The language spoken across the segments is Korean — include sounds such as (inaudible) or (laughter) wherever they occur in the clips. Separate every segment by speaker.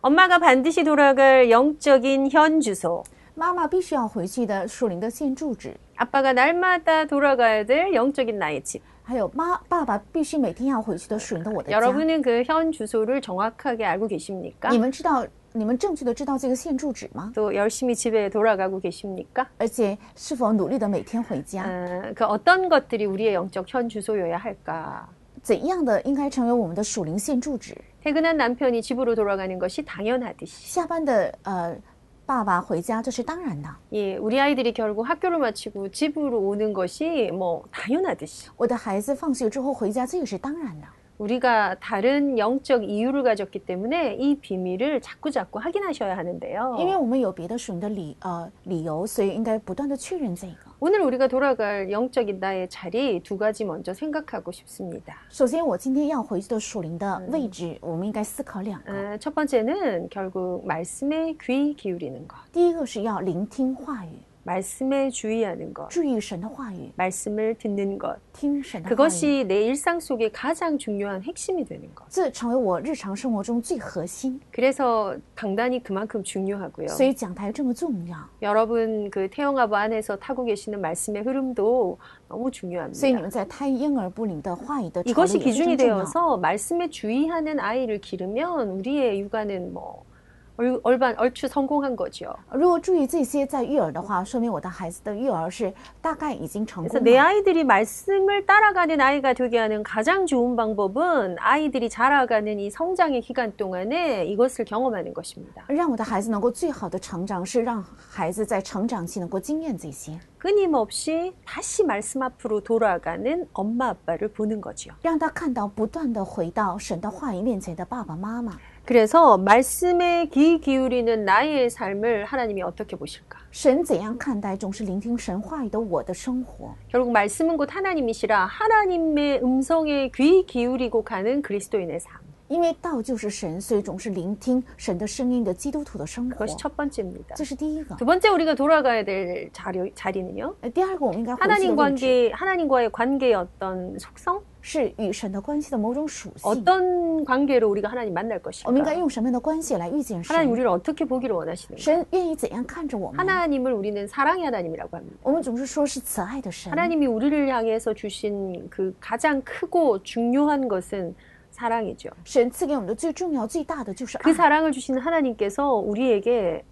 Speaker 1: 엄마가 반드시 돌아갈 영적인 현 주소.
Speaker 2: 妈妈必须要回去的属灵的现住址，
Speaker 1: 아빠가 날마다 돌아가야 될 영적인 나의 집.
Speaker 2: 还有妈爸爸必须每天要回去的属灵的我的家。
Speaker 1: 여러분은 그 현 주소를 정확하게 알고 계십니까?
Speaker 2: 你们知道，你们正确的知道这个现住址吗？
Speaker 1: 또 열심히 집에 돌아가고 계십니까?
Speaker 2: 而且是否努力的每天回家？
Speaker 1: 어, 그 어떤 것들이 우리의 영적 현 주소여야 할까?
Speaker 2: 怎样的应该成为我们的属灵现住址？
Speaker 1: 퇴근한 남편이 집으로 돌아가는 것이 당연하듯이
Speaker 2: 下班的呃，爸爸回家这是当然的。
Speaker 1: 예, 우리 아이들이 결국 학교를 마치고 집으로 오는 것이 뭐 당연하듯이
Speaker 2: 我的孩子放学之后回家，这也是当然的。
Speaker 1: 우리가 다른 영적 이유를 가졌기 때문에 이 비밀을 자꾸자꾸 확인하셔야
Speaker 2: 因为
Speaker 1: 하는데요.
Speaker 2: 我们有别的属灵的理呃理由，所以应该不断的确认这个。
Speaker 1: 오늘 우리가 돌아갈 영적인 나의 자리 두 가지 먼저 생각하고 싶습니다.
Speaker 2: 首先，我今天要回去的属灵的位置，我们应该思考两个。
Speaker 1: 아, 첫 번째는 결국 말씀에 귀 기울이는 것,
Speaker 2: 第一个是要聆听话语，
Speaker 1: 말씀에 주의하는 것,
Speaker 2: 注意神的话语，
Speaker 1: 말씀을 듣는 것.
Speaker 2: 听神的话语，
Speaker 1: 그것이 내 일상 속의 가장 중요한 핵심이 되는 것.
Speaker 2: 这成为我日常生活中最核心。
Speaker 1: 그래서 강단이 그만큼 중요하고요.
Speaker 2: 所以讲台这么重要，
Speaker 1: 嗯 여러분 그 태영아부 안에서 타고 계시는 말씀의 흐름도 너무
Speaker 2: 所以你
Speaker 1: 중요합니다.
Speaker 2: 们在胎婴儿部里的话语的潮流
Speaker 1: 이것이
Speaker 2: 也是
Speaker 1: 기준이
Speaker 2: 真重要。
Speaker 1: 되어서 말씀에 주의하는 아이를 기르면 우리의 육아는 뭐 얼- 얼반 얼추 성공한 거죠.
Speaker 2: 如果注意这些在育儿的话，说明我的孩子的育儿是大概已经成
Speaker 1: 그래서
Speaker 2: 功
Speaker 1: 내
Speaker 2: 了。
Speaker 1: 아이들이 말씀을 따라가는 아이가 되게 하는 가장 좋은 방법은 아이들이 자라가는 이 성장의 기간 동안에 이것을 경험하는 것입니다.
Speaker 2: 让我的孩子能够最好的成长，是让孩子在成长期能够经验这些，
Speaker 1: 끊임없이 다시 말씀 앞으로 돌아가는 엄마 아빠를 보는 거지요.
Speaker 2: 让他看到不断的回到神的话语面前的爸爸妈妈。
Speaker 1: 그래서 말씀에 귀 기울이는 나의 삶을 하나님이 어떻게 보실까?
Speaker 2: 神怎样看待总是聆听神话语的我的生活？
Speaker 1: 결국 말씀은 곧 하나님이시라 하나님의 음성에 귀 기울이고 가는 그리스도인의 삶.
Speaker 2: 因为道就是神，所以总是聆听神的声音的基督徒的生活
Speaker 1: 그것이 ，첫 번째입니다.
Speaker 2: 这是第一个
Speaker 1: 두 。 번째 우리가 돌아가야 될 자리, 자리는요.
Speaker 2: 呃，第二个我们应该回去的
Speaker 1: 하나님
Speaker 2: 位置
Speaker 1: 관계, 하나님과의 관계의 어떤 속성?
Speaker 2: 是与神的关系的某种属性。
Speaker 1: 어떤 관계로 우리가 하나님 만날
Speaker 2: 我们应该
Speaker 1: 것인가?
Speaker 2: 用什么样的关系来遇见
Speaker 1: 하나님
Speaker 2: 神？
Speaker 1: 우리를 어떻게 보기를 원하시는가?
Speaker 2: 神愿意怎样看着我们？
Speaker 1: 하나님을 우리는 사랑의 하나님이라고 합니다.
Speaker 2: 我们总是说是慈爱的神，
Speaker 1: 하나님이 우리를 향해서 주신 그 가장 크고 중요한 것은 사랑이죠.
Speaker 2: 神赐给我们的最重要、最大的就是
Speaker 1: 그
Speaker 2: 爱。
Speaker 1: 사랑을 주신 하나님께서 우리에게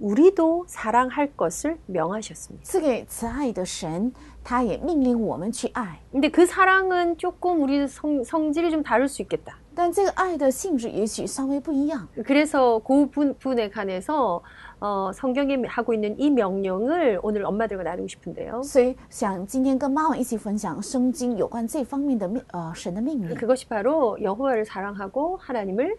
Speaker 1: 우리도 사랑할 것을 명하셨습니다.
Speaker 2: 赐给慈爱的神，他也命令我们去爱。
Speaker 1: 근데 그 사랑은 조금 우리 성, 성질이 좀 다를 수 있겠다.
Speaker 2: 但这个爱的性质也许稍微不一样，
Speaker 1: 그래서 그 분, 분에 관해서 어, 성경에 하고 있는 이 명령을 오늘 엄마들과 나누고 싶은데요.
Speaker 2: 所以想今天跟妈妈一起分享圣经有关这方面的命呃神的命令，
Speaker 1: 그것이 바로 여호와를 사랑하고 하나님을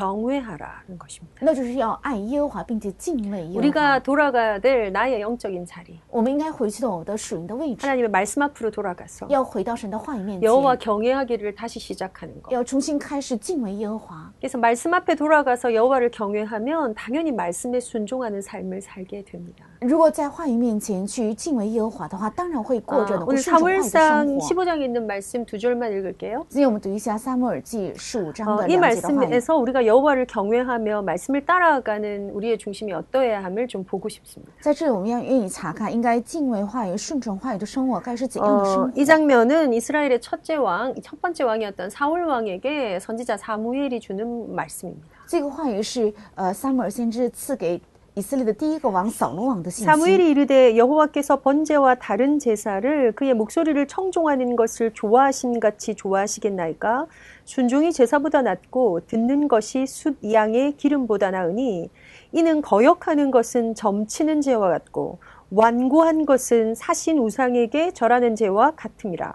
Speaker 1: 경외하라는 것입니다.
Speaker 2: 那就是要爱耶和华，并且敬畏耶和华。
Speaker 1: 우리가 돌아가야 될 나의 영적인 자리.
Speaker 2: 我们应该回去到我们的属灵的位置，
Speaker 1: 하나님의 말씀 앞으로 돌아가서
Speaker 2: 要回到神的话语面前，
Speaker 1: 여호와 경외하기를 다시 시작하는 것.
Speaker 2: 要重新开始敬畏耶和华。
Speaker 1: 그래서 말씀 앞에 돌아가서 여호와를 경외하면 당연히 말씀에 순종하는 삶을 살게 됩니다.
Speaker 2: 如果在话语面前去敬畏耶和华的话，当然会过着
Speaker 1: 아,
Speaker 2: 能够
Speaker 1: 오늘
Speaker 2: 顺从话语的生
Speaker 1: 사월상
Speaker 2: 活。
Speaker 1: 15장에 있는 말씀 두 절만 읽을게요.
Speaker 2: 今天我们读一下《撒母耳记》十五章
Speaker 1: 어,
Speaker 2: 的
Speaker 1: 이
Speaker 2: 两节的话语。
Speaker 1: 말씀에서 우리가 여호와를 경외하며 말씀을 따라가는 우리의 중심이 어떠해야 함을 좀 보고 싶습니다.
Speaker 2: 在这里，我们要愿意查看，应该敬畏话语、顺从话语的生活该是怎样的生
Speaker 1: 어,
Speaker 2: 活。
Speaker 1: 이 장면은 이스라엘의 첫째 왕, 첫 번째 왕이었던 사울 왕에게 선지자 사무엘이 주는 말씀입니다.
Speaker 2: 这个话语是呃撒母耳先知赐给以色列的第一个王扫罗王的信息。
Speaker 1: 사무엘이 이르되 여호와께서 번제와 다른 제사를 그의 목소리를 청종하는 것을 좋아하신 같이 좋아하시겠나이까 순종이 제사보다 낫고 듣는 것이 숫 양의 기름보다 나으니 이는 거역하는 것은 점치는 죄와 같고 완고한 것은 사신 우상에게 절하는 죄와 같음이라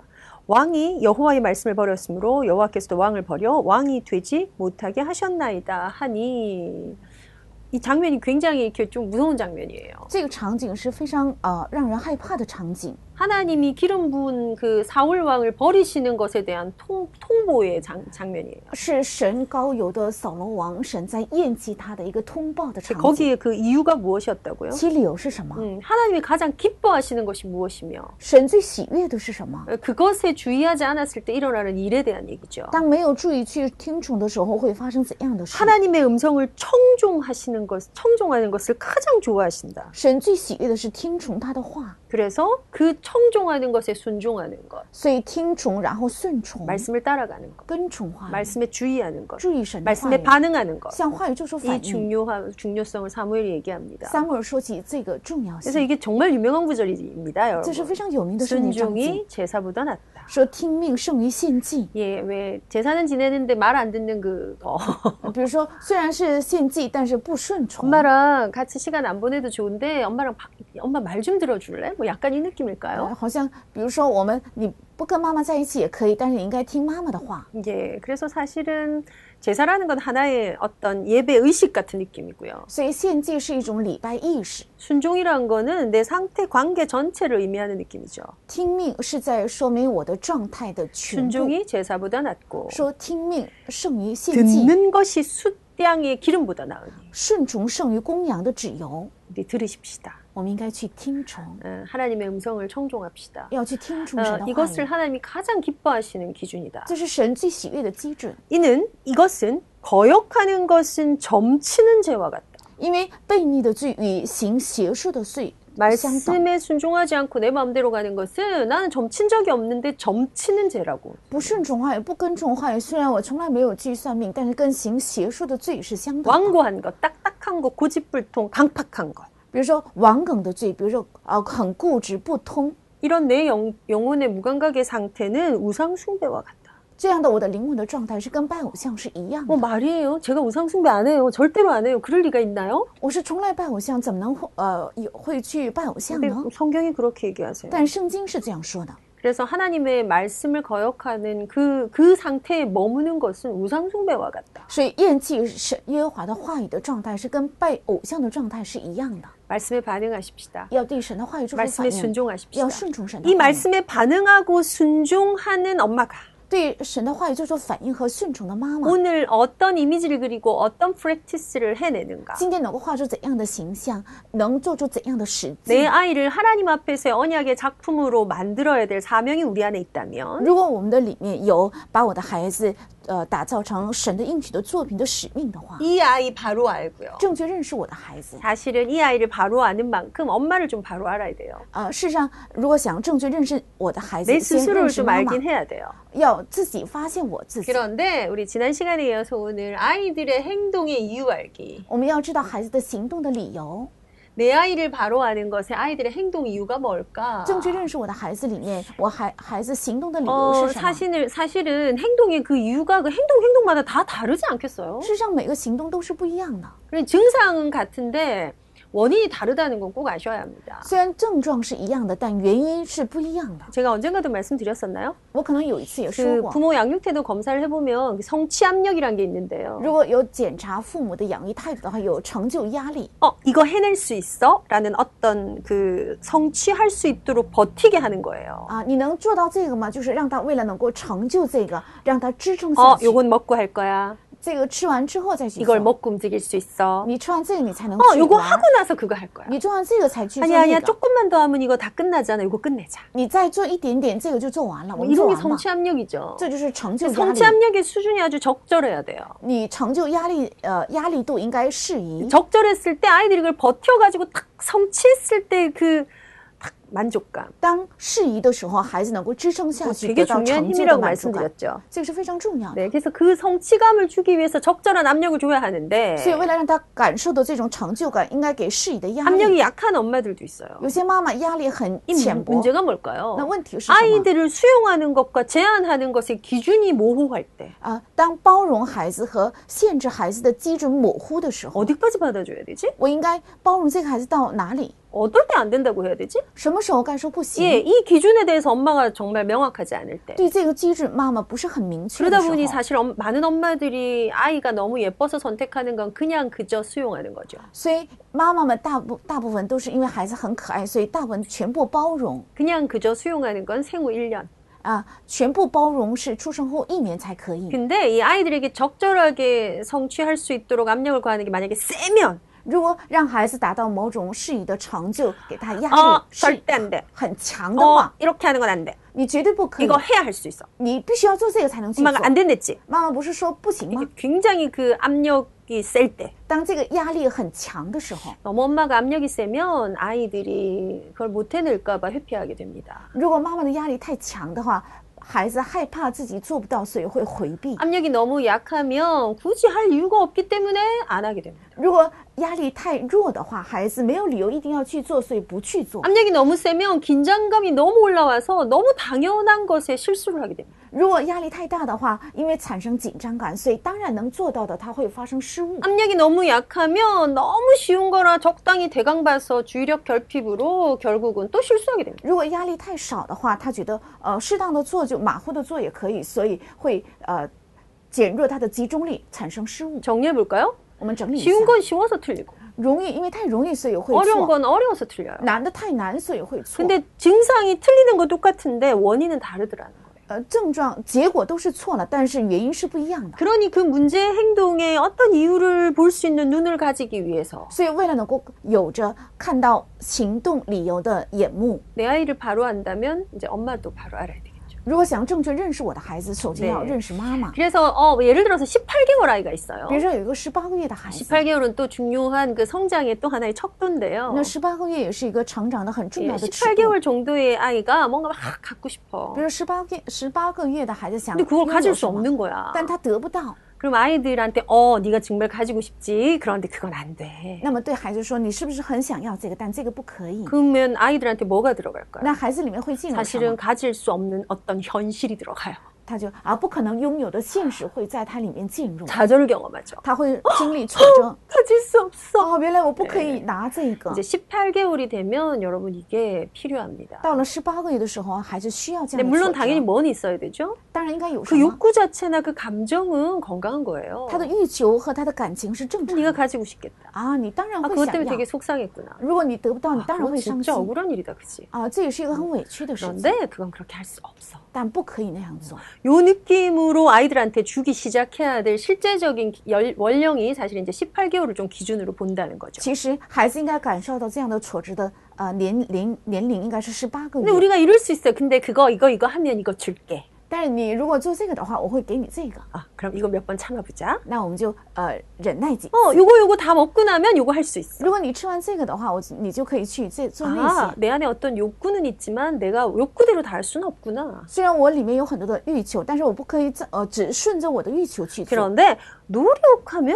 Speaker 1: 왕이 여호와의 말씀을 버렸으므로 여호와께서도 왕을 버려 왕이 되지 못하게 하셨나이다 하니 이 장면이 굉장히 이렇게 좀 무서운 장면이에요.
Speaker 2: 这个场景是非常呃让人害怕的场景。
Speaker 1: 하나님이 기름 부은 그 사울 왕을 버리시는 것에 대한 통, 통보의 장, 장면이에요.
Speaker 2: 是神高油的扫罗王，神在厌弃他的一个通报
Speaker 1: 근데
Speaker 2: 的场景。
Speaker 1: 거기에 그 이유가 무엇이었다고요?
Speaker 2: 其理由是什么？
Speaker 1: 음, 하나님이 가장 기뻐하시는 것이 무엇이며
Speaker 2: 神最喜悦的是什么？
Speaker 1: 어, 그것에 주의하지 않았을 때 일어나는 일에 대한 얘기죠.
Speaker 2: 当没有注意去听从的时候，会发生怎样的事？
Speaker 1: 하나님의 음성을 청종하시는 것, 청종하는 것을 가장 좋아하신다.
Speaker 2: 神最喜悦的是听从他的话，
Speaker 1: 그래서 그 청종하는 것에 순종하는 것,
Speaker 2: 所以听从，然后顺从，
Speaker 1: 말씀을 따라가는 것,
Speaker 2: 跟从话语，
Speaker 1: 말씀에 음. 주의하는 것,
Speaker 2: 注意神的话
Speaker 1: 말씀에
Speaker 2: 语，
Speaker 1: 반응하는 것. 음.
Speaker 2: 向话语做出
Speaker 1: 이
Speaker 2: 反应。
Speaker 1: 중요한 중요성을 사무엘이 얘기합니다.
Speaker 2: 撒母耳说起这个重要
Speaker 1: 그래서
Speaker 2: 性，
Speaker 1: 이게 정말 유명한 구절입니다,
Speaker 2: 这是
Speaker 1: 여러분.
Speaker 2: 非常有名的啊圣经章节，
Speaker 1: 순종이 제사보다 낫다.
Speaker 2: 说听命胜于献祭。
Speaker 1: 예, 왜 제사는 지내는데 말 안 듣는 그 (laughs) 어.
Speaker 2: 比如说，虽然是献祭，但是不顺从。
Speaker 1: 엄마랑 같이 시간 안 보내도 좋은데 엄마랑 바- 엄마 말 좀 들어줄래? 뭐 약간 이
Speaker 2: 呃
Speaker 1: 느낌일까요?
Speaker 2: 好像比如说我们你不跟妈妈在一起也可以，但是你应该听妈妈的话。
Speaker 1: 예, 그래서 사실은 제사라는 건 하나의 어떤 예배 의식 같은 느낌이고요.
Speaker 2: 所以献祭是一种礼拜意识，
Speaker 1: 순종이란 거는 내 상태 관계 전체를 의미하는 느낌이죠.
Speaker 2: 听命是在说明我的状态的
Speaker 1: 네.
Speaker 2: 全部。
Speaker 1: 순종이 제사보다 낫고
Speaker 2: 说听命胜于
Speaker 1: 그
Speaker 2: 献祭，
Speaker 1: 듣는 것이 숫양의 기름보다 나으니
Speaker 2: 顺从胜于公羊的脂油。
Speaker 1: 우리 들으십시다.
Speaker 2: 我们应该去听从，
Speaker 1: 어, 하나님의 음성을 청종합시다.
Speaker 2: 要去听从
Speaker 1: 어,
Speaker 2: 神的话
Speaker 1: 이것을
Speaker 2: 语，
Speaker 1: 하나님이 가장 기뻐하시는 기준이다.
Speaker 2: 这是神最喜悦的基准。
Speaker 1: 이는 이것은 거역하는 것은 점치는 죄와 같다.
Speaker 2: 因为悖逆的罪与行邪术的罪相等，
Speaker 1: 말씀에 순종하지 않고 내 마음대로 가는 것은 나는 점친 적이 없는데 점치는 죄라고.
Speaker 2: 不顺从话语、不跟从话语。虽然我从来没有去算命，但是跟行邪术的罪是相等的。
Speaker 1: 완고한 것, 딱딱한 것, 고집불통, 강팍한 것.
Speaker 2: 比如说王梗的罪，比如说呃很固执不通，
Speaker 1: 이런 내 영, 영혼의 무감각의 상태는 우상숭배와 같다.
Speaker 2: 这样的我的灵魂的状态是跟拜偶像是一样的。
Speaker 1: 어, 말이에요. 제가 우상숭배 안 해요. 절대로 안 해요. 그럴 리가 있나요?
Speaker 2: 我是从来拜偶像，怎么能会呃也会去拜偶像
Speaker 1: 근데
Speaker 2: 呢？
Speaker 1: 성경이 그렇게 얘기하세요.
Speaker 2: 但圣经是这样说的。
Speaker 1: 그래서 하나님의 말씀을 거역하는 그, 그 상태에 머무는 것은 우상숭배와 같다.
Speaker 2: 所以厌弃是耶和华的话语的状态是跟拜偶像的状态是一样的，
Speaker 1: 말씀에 반응하십시다.
Speaker 2: 要对神的话语做出反
Speaker 1: 말씀에
Speaker 2: 应，
Speaker 1: 순종하십시다.
Speaker 2: 要顺从神的
Speaker 1: 이
Speaker 2: 话语，
Speaker 1: 말씀에 반응하고 순종하는 엄마가
Speaker 2: 对神的话语做出反应和顺从的妈妈，
Speaker 1: 오늘 어떤 이미지를 그리고 어떤 프랙티스를 해내는가.
Speaker 2: 今天能够画出怎样的形象，能做出怎样的实
Speaker 1: 내
Speaker 2: 际。
Speaker 1: 아이를 하나님 앞에서의 언약의 작품으로 만들어야 될 사명이 우리 안에 있다면
Speaker 2: 如果我们的里面有把我的孩子呃打造成神的应许的作品的使命的话，
Speaker 1: 이 아이 바로 알고요.
Speaker 2: 正确认识我的孩子。
Speaker 1: 사실은 이 아이를 바로 아는 만큼 엄마를 좀 바로 알아야 돼요.
Speaker 2: 呃，事实上，如果想正确认识我的孩
Speaker 1: 내
Speaker 2: 子，先
Speaker 1: 스스로를
Speaker 2: 认识
Speaker 1: 좀
Speaker 2: 妈妈，
Speaker 1: 알긴 해야 돼요.
Speaker 2: 要自己发现我自己。
Speaker 1: 그런데 우리 지난 시간에 이어서 오늘 아이들의 행동의 이유 알기.
Speaker 2: 我们要知道孩子的行动的理由，
Speaker 1: 내 아이를 바로 아는 것에 아이들의 행동 이유가 뭘까?
Speaker 2: 正确认识我的孩子里面，我孩孩子行动的理由
Speaker 1: 어,
Speaker 2: 是什么？事
Speaker 1: 사실은 사실은 행동의 그 이유가 그 행동 행동마다 다 다르지 않겠어요?
Speaker 2: 实上，每个行动都是不一样的。
Speaker 1: 그래 증상은 같은데 원인이 다르다는 건 꼭 아셔야 합니다.
Speaker 2: 虽然症状是一样的，但原因是不一样的。
Speaker 1: 제가 언젠가도 말씀드렸었나요?
Speaker 2: 我可能有一次也说
Speaker 1: 그
Speaker 2: 过，
Speaker 1: 부모 양육 태도 검사를 해보면 그 성취 압력이란 게 있는데요.
Speaker 2: 如果有检查父母的养育态度的话，有成就压力，
Speaker 1: 어 이거 해낼 수 있어?라는 어떤 그 성취할 수 있도록 버티게 하는 거예요.
Speaker 2: 啊，你能做到这个吗？就是让他为了能够成就这个，让他支撑
Speaker 1: 어
Speaker 2: 下去。
Speaker 1: 요건 먹고 할 거야.
Speaker 2: 这个吃完之后再去
Speaker 1: 이걸
Speaker 2: 做，
Speaker 1: 먹고 움직일 수 있어.
Speaker 2: 你吃完这个你才能
Speaker 1: 어
Speaker 2: 去
Speaker 1: 요거
Speaker 2: 玩
Speaker 1: 하고 나서 그거 할 거야.
Speaker 2: 你做完这个才去做
Speaker 1: 아니야
Speaker 2: 那
Speaker 1: 아니야
Speaker 2: 个，
Speaker 1: 조금만 더 하면 이거 다 끝나잖아. 요거 끝내자.
Speaker 2: 你再做一点点，这个就做完了，我
Speaker 1: 뭐
Speaker 2: 们做
Speaker 1: 이런 게
Speaker 2: 完吧。
Speaker 1: 성취 압력이죠.
Speaker 2: 这就是成就压力
Speaker 1: 성취 。 압력의 수준이 아주 적절해야 돼요.
Speaker 2: 你成就压力，呃，压力度应该适宜。
Speaker 1: 적절했을 때 아이들이 그걸 버텨가지고 탁 성취했을 때 그 탁 만족감. 뭐
Speaker 2: 当适宜的时候，孩子能够支撑下去，
Speaker 1: 되게
Speaker 2: 得到
Speaker 1: 중요한
Speaker 2: 成就的
Speaker 1: 힘이라고
Speaker 2: 满足感，
Speaker 1: 말씀드렸죠.
Speaker 2: 这个是非常重要的。
Speaker 1: 네, 그래서 그 성취감을 주기 위해서 적절한 압력을 줘야 하는데
Speaker 2: 所以，为了让他感受到这种成就感，应该给适宜的压力。
Speaker 1: 압력이 약한 엄마들도 있어요.
Speaker 2: 有些妈妈压力很
Speaker 1: 이
Speaker 2: 浅
Speaker 1: 문-
Speaker 2: 薄，
Speaker 1: 문제가 뭘까요?
Speaker 2: 那问题是什么？
Speaker 1: 아이들을 수용하는 것과 제한하는 것의 기준이 모호할 때
Speaker 2: 啊，当包容孩子和限制孩子的基准模糊的时候，
Speaker 1: 어디까지 받아줘야 되지?
Speaker 2: 我应该包容这个孩子到哪里？
Speaker 1: 어떨 때 안 된다고 해야 되지?
Speaker 2: 什么时候该说不行？
Speaker 1: 예, 이 기준에 대해서 엄마가 정말 명확하지 않을 때.
Speaker 2: 对这个机制，妈妈不是很明确
Speaker 1: 음,
Speaker 2: 的
Speaker 1: 그러다
Speaker 2: 时候
Speaker 1: 보니 ， 사실 엄- 많은 엄마들이 아이가 너무 예뻐서 선택하는 건 그냥 그저 수용하는 거죠.
Speaker 2: 所以妈妈们大部大部分都是因为孩子很可爱，所以大部分全部包容
Speaker 1: 그냥 그저 수용하는 건 생후 1년.
Speaker 2: 啊，全部包容是出生后一年才可以。
Speaker 1: 근데 이 아이들에게 적절하게 성취할 수 있도록 압력을 가하는 게 만약에 세면
Speaker 2: 如果让孩子达到某种适宜的成就，给他压力
Speaker 1: 어,
Speaker 2: 是
Speaker 1: 절대 안 돼.
Speaker 2: 很强的
Speaker 1: 어,
Speaker 2: 话，
Speaker 1: 이렇게 하는 건 안 돼.
Speaker 2: 你绝对不可以
Speaker 1: 이거 ， 해야 할 수 있어.
Speaker 2: 你必须要做这个才能去做
Speaker 1: 엄마가 。안 된댔지.
Speaker 2: 妈妈不是说不行吗？
Speaker 1: 굉장히 그 압력이 셀 때.
Speaker 2: 当这个压力很强的时候，
Speaker 1: 너무 엄마가 압력이 세면 아이들이 그걸 못 해낼까봐 회피하게 됩니다.
Speaker 2: 如果妈妈的压力太强的话，孩子害怕自己做不到，所以会回避。
Speaker 1: 압력이 너무 약하면 굳이 할 이유가 없기 때문에 안 하게 됩니다.
Speaker 2: 如果压力太弱的话，孩子没有理由一定要去做，所以不去做。
Speaker 1: 압력이 너무 세면 긴장감이 너무 올라와서 너무 당연한 것에 실수를 하게 됩니다.
Speaker 2: 如果压力太大的话，因为产生紧张感，所以当然能做到的，他会发生失误。
Speaker 1: 압력이 너무 약하면 너무 쉬운 거라 적당히 대강 봐서 주의력 결핍으로 결국은 또 실수하게 됩니다.
Speaker 2: 如果压力太少的话，他觉得呃适当的做就马虎的做也可以，所以会呃减弱他的集中力，产生失误。
Speaker 1: 정리해 볼까요?
Speaker 2: 我们整理一下，
Speaker 1: 쉬운 건 쉬워서 틀리고
Speaker 2: 容易因为太容易，所以会
Speaker 1: 어려운
Speaker 2: 错；
Speaker 1: 건 어려워서 틀려요.
Speaker 2: 难的太难，所以会错。
Speaker 1: 근데 증상이 틀리는 건 똑같은데 원인은 다르더라는 거예요.
Speaker 2: 呃，症状结果都是错了，但是原因是不一样的。
Speaker 1: 그러니 그 문제 행동에 어떤 이유를 볼 수 있는 눈을 가지기 위해서
Speaker 2: 所以为了能够有着看到行动理由的眼目，
Speaker 1: 내 아이를 바로 안다면 이제 엄마도 바로 알아야 되겠죠.
Speaker 2: 如果想正确认识我的孩子，首先要
Speaker 1: 네
Speaker 2: 认识妈妈。
Speaker 1: 그래서 어, 예를 들어서 18개월 아이가 있어요.
Speaker 2: 比如说有一个十八个月的孩子，
Speaker 1: 18개월은 또 중요한 그 성장의 또 하나의 척도인데요.
Speaker 2: 那十八个月也是一个成长的很重
Speaker 1: 예,
Speaker 2: 要的尺度。
Speaker 1: 18개월 정도의 아이가 뭔가 막 갖고 싶어.
Speaker 2: 比如十八个十八个月的孩子想
Speaker 1: 근데 그걸
Speaker 2: 拥有
Speaker 1: 가질 수
Speaker 2: 什么，
Speaker 1: 없는 거야.
Speaker 2: 但他得不到。
Speaker 1: 그럼 아이들한테 어, 네가 정말 가지고 싶지. 그런데 그건 안 돼.
Speaker 2: 那么对孩子说：“你是不是很想要这个？但这个不可以。
Speaker 1: 그러면 아이들한테 뭐가 들어갈까요?
Speaker 2: 那孩子里面会进入什
Speaker 1: 사실은
Speaker 2: 么？
Speaker 1: 가질 수 없는 어떤 현실이 들어가요.
Speaker 2: 他就啊，不可能拥有的现实会在他里面进入，
Speaker 1: 좌절 경험하죠.
Speaker 2: 他会经历挫 (gasps) 折。
Speaker 1: 가질 수 없어.
Speaker 2: 哦，原来我不可以拿这个
Speaker 1: 이제 。 18개월이 되면 여러분 이게 필요합니다.
Speaker 2: 到了十八个月的时候，孩子需要这
Speaker 1: 근데
Speaker 2: 样的挫
Speaker 1: 물론 당연히
Speaker 2: 折。
Speaker 1: 뭔 있어야 되죠?
Speaker 2: 当然应该有什
Speaker 1: 그
Speaker 2: 么？
Speaker 1: 욕구 자체나 그 감정은 건강한 거예요.
Speaker 2: 他的欲求和他的感情是正常
Speaker 1: 네가
Speaker 2: 的
Speaker 1: 가지고 싶겠다.
Speaker 2: 啊，你当然
Speaker 1: 아,
Speaker 2: 会
Speaker 1: 그것
Speaker 2: 想
Speaker 1: 때문에
Speaker 2: 要
Speaker 1: 되게 。 속상했구나.
Speaker 2: 如果你得不到，你
Speaker 1: 아,
Speaker 2: 当然
Speaker 1: 그거
Speaker 2: 会伤
Speaker 1: 진짜
Speaker 2: 心
Speaker 1: 억울한 일이다, 그치?
Speaker 2: 啊，这也是一个很委屈的事情，
Speaker 1: 그런데 그건 그렇게 할 수 없어.
Speaker 2: 但不可以那样做。
Speaker 1: 요 느낌으로 아이들한테 주기 시작해야 될 실제적인 기- 열- 원령이 사실 이제 18개월을 좀 기준으로 본다는 거죠.
Speaker 2: 其实孩子应该感受到这样的挫折的呃年龄年龄应该是十八个
Speaker 1: 근데
Speaker 2: 月，
Speaker 1: 우리가 이럴 수 있어요. 근데 그거 이거 이거 하면 이거 줄게.
Speaker 2: 但是你如果做这个的话，我会给你这个，
Speaker 1: 아, 그럼 이거 몇 번 참아보자.
Speaker 2: 那我们就呃忍耐几。
Speaker 1: 어, 요거 요거 다 먹고 나면 요거 할 수 있어.
Speaker 2: 如果你吃完这个的话，我你就可以去这做那
Speaker 1: 아,
Speaker 2: 些。
Speaker 1: 내 안에 어떤 욕구는 있지만 내가 욕구대로 다 할 수는 없구나.
Speaker 2: 虽然我里面有很多的欲求，但是我不可以这呃只顺着我的欲求去做。
Speaker 1: 그런데 노력하면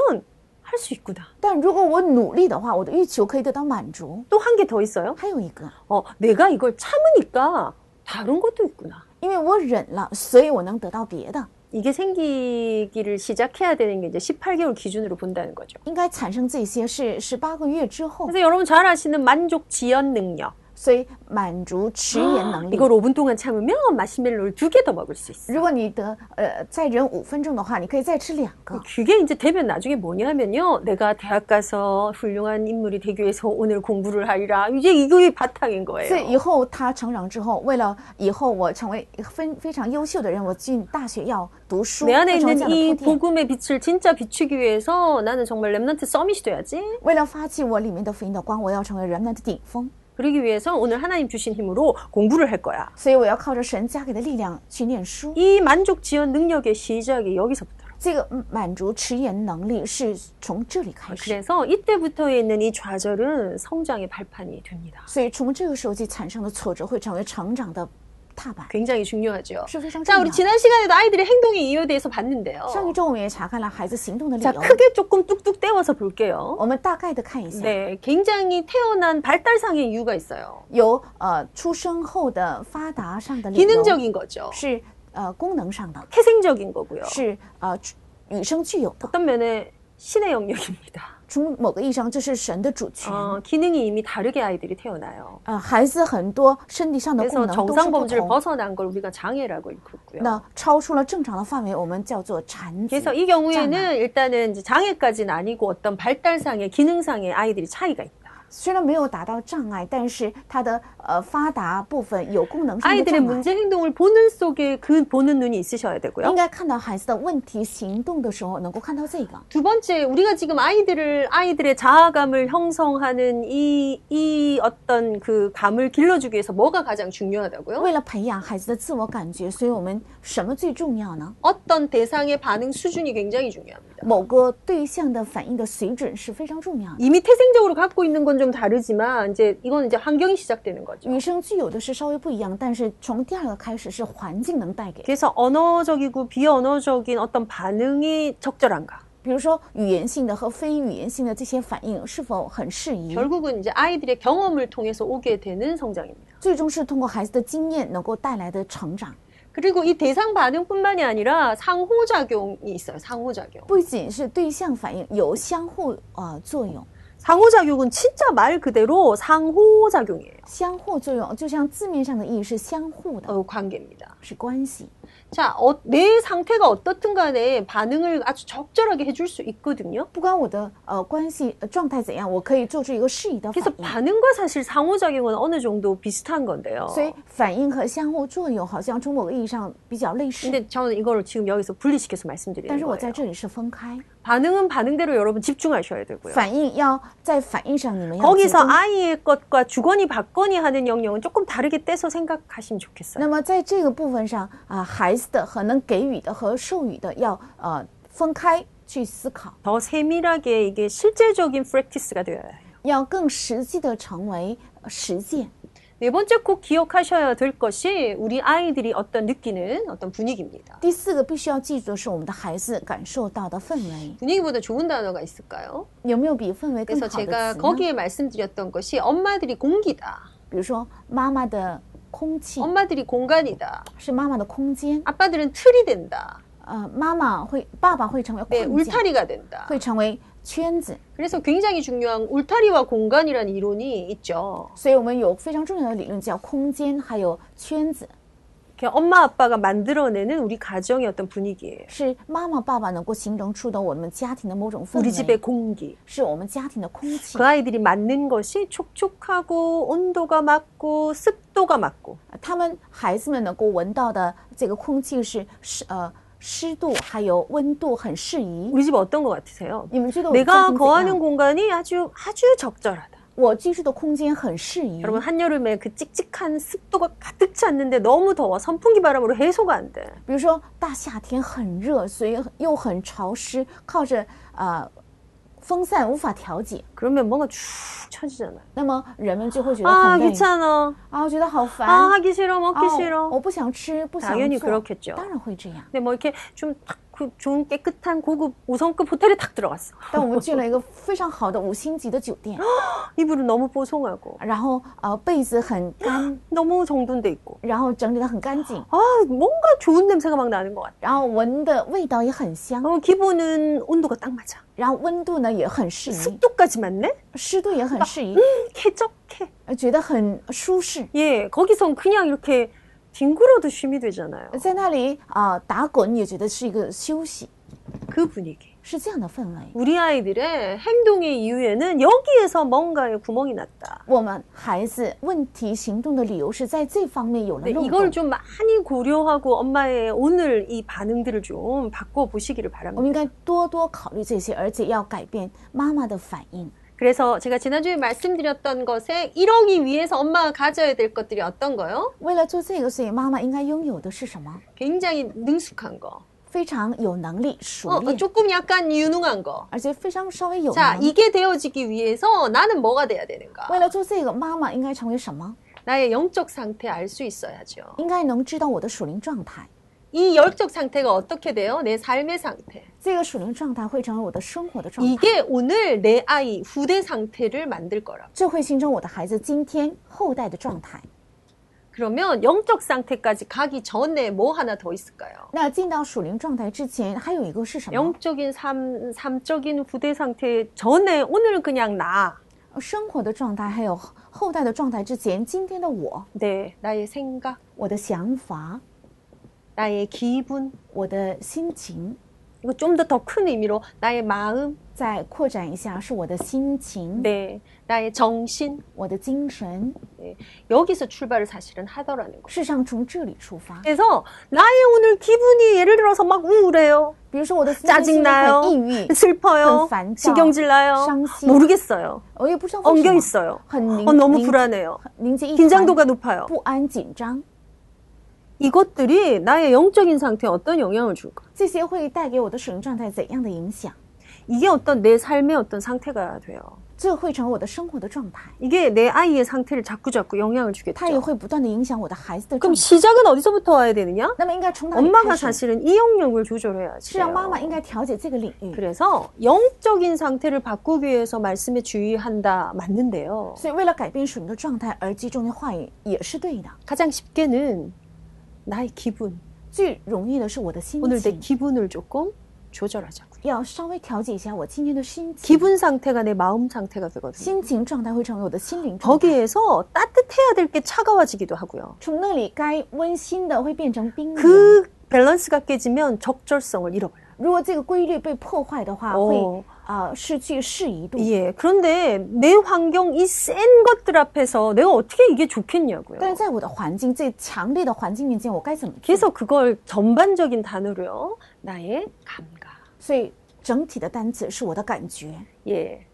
Speaker 1: 할 수 있구나.
Speaker 2: 但如果我努力的话，我的欲求可以得到满足。
Speaker 1: 또 한 개 더 있어요.
Speaker 2: 还有一个，
Speaker 1: 어, 내가 이걸 참으니까 다른 것도 있구나.
Speaker 2: 因为我忍了，所以我能得到别的。
Speaker 1: 이게 생기기를 시작해야 되는 게 이제 18개월 기준으로 본다는 거죠.
Speaker 2: 应该产生这些是十八个月之后，
Speaker 1: 그래서 여러분 잘 아시는 만족 지연 능력.
Speaker 2: 所以满足迟延能力。
Speaker 1: 이걸 5분 동안 참으면 마시멜로를 두 개 더 먹을 수 있어.
Speaker 2: 如果你得呃再忍五分钟的话，你可以再吃两个。
Speaker 1: 그게 이제 되면 나중에 뭐냐면요. 내가 대학 가서 훌륭한 인물이 되기 위해서 오늘 공부를 하리라. 이제 이게 바탕인
Speaker 2: 所
Speaker 1: 거예요.
Speaker 2: 以以后他成长之后，为了以后我成为非非常优秀的人，我进大学要读书，
Speaker 1: 내
Speaker 2: 要
Speaker 1: 안에
Speaker 2: 成为这
Speaker 1: 있는
Speaker 2: 样的
Speaker 1: 이
Speaker 2: 铺垫。
Speaker 1: 복음의 빛을 진짜 비추기 위해서 나는 정말 렘넌트 서밋이 돼야지.
Speaker 2: 为了发起我里面的福音的光，我要成为人们的顶峰。
Speaker 1: 그러기 위해서 오늘 하나님 주신 힘으로 공부를 할 거야.
Speaker 2: 所以我要靠着神加给的力量去念书。
Speaker 1: 이 만족 지연 능력의 시작이 여기서부터.
Speaker 2: 这个嗯满足迟延能力是从这里开始，
Speaker 1: 그래서 이때부터 있는 이 좌절은 성장의 발판이 됩니다.
Speaker 2: 所以从这个时候起产生的挫折会成为成长的踏板，
Speaker 1: 굉장히 중요하죠.
Speaker 2: 是非常重
Speaker 1: 자,
Speaker 2: 要
Speaker 1: 우리
Speaker 2: 的。
Speaker 1: 지난 시간에도 아이들의 행동의 이유에 대해서 봤는데요.
Speaker 2: 上一周我们也查看了孩子行动的理
Speaker 1: 자,
Speaker 2: 由，
Speaker 1: 크게 조금 뚝뚝 떼워서 볼게요.
Speaker 2: 我们大概的看一下。
Speaker 1: 네, 굉장히 태어난 발달상의 이유가 있어요.
Speaker 2: 有呃出生后的发达上的理由，
Speaker 1: 기능적인 거죠.
Speaker 2: 是呃功能上的，
Speaker 1: 태생적인 거고요.
Speaker 2: 是呃出与生俱有的，
Speaker 1: 어떤 면에 신의 영역입니다.
Speaker 2: 从某个意义上，这是神的主权。
Speaker 1: 어, 기능이 이미 다르게 아이들이 태어나요.
Speaker 2: 呃，孩子很多身体上的功
Speaker 1: 그래서
Speaker 2: 能都是
Speaker 1: 정상
Speaker 2: 不
Speaker 1: 범주를
Speaker 2: 同，
Speaker 1: 벗어난 걸 우리가 장애라고 일컫고요.
Speaker 2: 那超出了正常的范围，我们叫做残疾。
Speaker 1: 그래서 이 경우에는 일단은 이제 장애까지는 아니고 어떤 발달상의 기능상의 아이들이 차이가 있다.
Speaker 2: 虽然没有达到障碍，但是它的呃发达部分有功能上的
Speaker 1: 아이들의
Speaker 2: 障碍。
Speaker 1: 문제 행동을 보는 속에 그 보는 눈이 있으셔야
Speaker 2: 应
Speaker 1: 되고요.
Speaker 2: 该看到孩子的问题行动的时候，能够看到这个。
Speaker 1: 두 번째, 우리가 지금 아이들을 아이들의 자아감을 형성하는 이, 이 어떤 그 감을 길러주기 위해서 뭐가 가장 중요하다고요?
Speaker 2: 为了培养孩子的自我感觉，所以我们什么最重要呢？
Speaker 1: 어떤 대상의 반응 수준이 굉장히 중요합니다.
Speaker 2: 某个对象的反应的水准是非常重要的。
Speaker 1: 이미 태생적으로 갖고 있는 건 좀 다르지만 이제 이건 이제 환경이 시작되는 거죠.
Speaker 2: 与生俱有的是稍微不一样，但是从第二个开始是环境能带给，
Speaker 1: 그래서 언어적이고 비언어적인 어떤 반응이 적절한가?
Speaker 2: 比如说语言性的和非语言性的这些反应是否很适宜，
Speaker 1: 결국은 이제 아이들의 경험을 통해서 오게 되는 성장입니다.
Speaker 2: 最终是通过孩子的经验能够带来的成长。
Speaker 1: 그리고 이 대상 반응뿐만이 아니라 상호작용이 있어요. 상호작용.
Speaker 2: 不仅是对象反应有相互呃作用，
Speaker 1: 상호작용은 진짜 말 그대로 상호작용이에요.
Speaker 2: 相互作用就像字面上的意义是相互的，
Speaker 1: 어, 관계입니다.
Speaker 2: 是关系。
Speaker 1: 자, 어, 내 상태가 어떻든 간에 반응을 아주 적절하게 해줄 수 있거든요.
Speaker 2: 不管我的呃关系呃状态怎样，我可以做出一个适宜的反
Speaker 1: 그래서
Speaker 2: 应。
Speaker 1: 반응과 사실 상호작용은 어느 정도 비슷한 건데요.
Speaker 2: 所以反应和相互作用好像从某个意义上比较类似，
Speaker 1: 근데 저는 이걸 지금 여기서 분리시켜서
Speaker 2: 但
Speaker 1: 말씀드리는
Speaker 2: 是我在
Speaker 1: 거예요.
Speaker 2: 这里是分开。
Speaker 1: 반응은 반응대로 여러분 집중하셔야 되고요.
Speaker 2: 反应要在反应上，你们要集
Speaker 1: 거기서
Speaker 2: 中。
Speaker 1: 아이의 것과 주거니 받거니 하는 영역은 조금 다르게 떼서 생각하시면 좋겠어요.
Speaker 2: 那么在这个部分上啊，孩子的和能给予的和授予的要呃分开去思考，
Speaker 1: 더 세밀하게 이게 실제적인 프랙티스가 되어야 해요.
Speaker 2: 要更实际的成为呃实践。
Speaker 1: 네 번째 꼭 기억하셔야 될 것이 우리 아이들이 어떤 느끼는 어떤 분위기입니다.
Speaker 2: 第四个必须要记住的是，我们的孩子感受到的氛围，
Speaker 1: 분위기보다 좋은 단어가 있을까요?
Speaker 2: 有没有比氛围更
Speaker 1: 그래서
Speaker 2: 好的词
Speaker 1: 제가
Speaker 2: 呢？
Speaker 1: 거기에 말씀드렸던 것이 엄마들이 공기다.
Speaker 2: 比如说妈妈的空气
Speaker 1: 엄마들이 공간이다.
Speaker 2: 是妈妈的空间，
Speaker 1: 아빠들은 틀이 된다.
Speaker 2: 呃，妈妈会，爸爸会成为
Speaker 1: 네,
Speaker 2: 框架，
Speaker 1: 울타리가 된다.
Speaker 2: 会成为圈子。
Speaker 1: 그래서 굉장히 중요한 울타리와 공간이라는 이론이 있죠.
Speaker 2: 所以我们有非常重要的理论叫空间，还有圈子，
Speaker 1: 이렇게 엄마 아빠가 만들어내는 우리 가정의 어떤 분위기예요.
Speaker 2: 是妈妈、爸爸能够形成出的我们家庭的某种氛
Speaker 1: 우리
Speaker 2: 围
Speaker 1: 집의 ， 공기.
Speaker 2: 是我们家庭的空气
Speaker 1: 그 。 아이들이 맞는 것이 촉촉하고 온도가 맞고 습도가 맞고
Speaker 2: 他们孩子们能够闻到的这个空气是湿呃湿度还有温度很适宜。
Speaker 1: 우리 집 어떤 아. 것 같으세요?
Speaker 2: 你们觉得我们家
Speaker 1: 내가
Speaker 2: 庭怎样
Speaker 1: 거하는 공간이 아주 아주 적절하다.
Speaker 2: 我居住的空间很适宜。
Speaker 1: 여러분 한여름에 그 찝찝한 습도가 가득 찼는데 너무 더워 선풍기 바람으로 해소가 안 돼.
Speaker 2: 比如说大夏天很热，所以又很潮湿，靠着呃风扇无法调节，
Speaker 1: 그러면 뭔가 축 처지잖아요.
Speaker 2: 那么人们就会觉得
Speaker 1: 아
Speaker 2: 很累
Speaker 1: 귀찮아.
Speaker 2: 啊，我觉得好
Speaker 1: 아
Speaker 2: 烦
Speaker 1: 하기 싫어
Speaker 2: 啊
Speaker 1: 먹기
Speaker 2: 我
Speaker 1: 싫어.
Speaker 2: 我不想吃，不想
Speaker 1: 당연히
Speaker 2: 做，
Speaker 1: 그렇겠죠. 。
Speaker 2: 当然会这样
Speaker 1: 근데 뭐 이렇게 좀그 좋은 깨끗한 고급 5성급 호텔에 탁 들어갔어.
Speaker 2: 但我们去了一个非常好的五星级的酒店，
Speaker 1: 이불은 너무 뽀송하고
Speaker 2: 然后呃被子很干，
Speaker 1: (gasps) 너무 정돈돼 있고
Speaker 2: 然后整理的很干净，
Speaker 1: 아 뭔가 좋은 냄새가 막 나는 것 같아.
Speaker 2: 然后闻的味道也很香，
Speaker 1: 어, 기분은 온도가 딱 맞아.
Speaker 2: 然后温度呢也很适宜，
Speaker 1: 습도까지 맞네?
Speaker 2: 湿度也很适宜，
Speaker 1: 쾌적해.
Speaker 2: 呃觉得很舒适。
Speaker 1: 예, 거기선 그냥 이렇게 뒹굴어도 쉼이 되잖아요.
Speaker 2: 在那里啊、打滚也觉得是一个休息，
Speaker 1: 그 분위기.
Speaker 2: 是这样的氛围。
Speaker 1: 우리 아이들의 행동의 이유에는 여기에서 뭔가의 구멍이 났다.
Speaker 2: 我们孩子问题行动的理由是在这方面有了
Speaker 1: 네,
Speaker 2: 漏
Speaker 1: 이걸
Speaker 2: 洞，
Speaker 1: 좀 많이 고려하고 엄마의 오늘 이 반응들을 좀 바꿔보시기를
Speaker 2: 我
Speaker 1: 바랍니다.
Speaker 2: 们应该多多考虑这些，而且要改变妈妈的反应。
Speaker 1: 그래서 제가 지난주에 말씀드렸던 것에 이러기 위해서 엄마가 가져야 될 것들이 어떤 거요?
Speaker 2: 为了做这个，所以妈妈应该拥有的是什么？
Speaker 1: 굉장히 능숙한 거.
Speaker 2: 非常有能力、
Speaker 1: 어,
Speaker 2: 熟
Speaker 1: 어,
Speaker 2: 练，
Speaker 1: 조금 약간 유능한 거.
Speaker 2: 而且非常稍微有
Speaker 1: 자,
Speaker 2: 能力。
Speaker 1: 이게 되어지기 위해서 나는 뭐가 돼야 되는가?
Speaker 2: 为了做这个，妈妈应该成为什么？
Speaker 1: 나의 영적 상태 알 수 있어야죠.
Speaker 2: 应该能知道我的属灵状态。
Speaker 1: 이 영적 상태가 어떻게 돼요? 내 삶의 상태.
Speaker 2: 这个属灵状态会成为我的生活的状态，
Speaker 1: 이게 오늘 내 아이 후대 상태를 만들 거라고.
Speaker 2: 这会形成我的孩子今天后代的状态。
Speaker 1: 그래서 그러면 영적 상태까지 가기 전에 뭐 하나 더 있을까요?
Speaker 2: 那进到属灵状态之前，还有一个是什么？
Speaker 1: 영적인 삶, 삶적인 후대 상태 전에 오늘 그냥 나,
Speaker 2: 生活的状态，还有后代的状态之前，今天的我，
Speaker 1: 네, 나의 생각,
Speaker 2: 我的想法，
Speaker 1: 나의 기분,
Speaker 2: 我的心情，
Speaker 1: 이거 좀 더 더 큰 의미로 나의 마음,
Speaker 2: 再扩展一下，是我的心情，
Speaker 1: 네, 나의 정신,
Speaker 2: 我的精神。
Speaker 1: 네, 여기서 출발을 사실은 하더라는 거예요.
Speaker 2: 事实上，从这里出发，
Speaker 1: 그래서 나의 오늘 기분이 예를 들어서 막 우울해요.
Speaker 2: 比如说我的心情现在
Speaker 1: 짜증나요.
Speaker 2: 很
Speaker 1: (laughs)
Speaker 2: 抑郁，
Speaker 1: 슬퍼요.
Speaker 2: 반장,
Speaker 1: 신경질나요.
Speaker 2: 상심.
Speaker 1: 모르겠어요.
Speaker 2: 我也不知道为什
Speaker 1: 엉겨
Speaker 2: 么，
Speaker 1: 있어요.
Speaker 2: 很凝
Speaker 1: 어, 哦 너무
Speaker 2: 凝
Speaker 1: 불안해요.
Speaker 2: 凝结一团，
Speaker 1: 긴장도가 높아요.
Speaker 2: 不安紧张，
Speaker 1: 이것들이 나의 영적인 상태에 어떤 영향을 줄까?
Speaker 2: 这些会带给我的属灵状态怎样的影响？
Speaker 1: 이게 어떤 내 삶의 어떤 상태가 돼요.
Speaker 2: 这会成为我的生活的状态，
Speaker 1: 이게 내 아이의 상태를 자꾸자꾸 영향을
Speaker 2: 它也
Speaker 1: 주겠죠.
Speaker 2: 会不断的影响我的孩子的状
Speaker 1: 그럼
Speaker 2: 态。
Speaker 1: 시작은 어디서부터 와야 되느냐?
Speaker 2: 那么应该从哪里开
Speaker 1: 엄마가
Speaker 2: 始？
Speaker 1: 사실은 이 영역을 조절해야지.
Speaker 2: 是让妈妈应该调节这个领域。
Speaker 1: 그래서 영적인 상태를 바꾸기 위해서 말씀에 주의한다 맞는데요.
Speaker 2: 所以，为了改变属灵的状态而记中的话语也是对的。
Speaker 1: 가장 쉽게는 나의 기분.
Speaker 2: 最容易的是我的心
Speaker 1: 오늘 내
Speaker 2: 情，
Speaker 1: 기분을 조금 조절하자고요.
Speaker 2: 要稍微调节一下我今天的心情。
Speaker 1: 기분 상태가 내 마음 상태가 되거든요.
Speaker 2: 心情状态会成为我的心灵状态，
Speaker 1: 거기에서 따뜻해야 될 게 차가워지기도 하고요.
Speaker 2: 从那里该温馨的会变成冰冷。
Speaker 1: 그 밸런스가 깨지면 적절성을 잃어버려요.
Speaker 2: 如果这个规律被破坏的话，
Speaker 1: 哦
Speaker 2: 会啊、呃失去适宜度。
Speaker 1: 예. 그런데 내 환경 이 센 것들 앞에서 내가 어떻게 이게 좋겠냐고요.
Speaker 2: 但是在我的环境最强烈的环境面前，我该怎么做？
Speaker 1: 그래서 그걸 전반적인 단어로요. 나의 감각.
Speaker 2: 所以整体的单词是我的感觉，
Speaker 1: 예.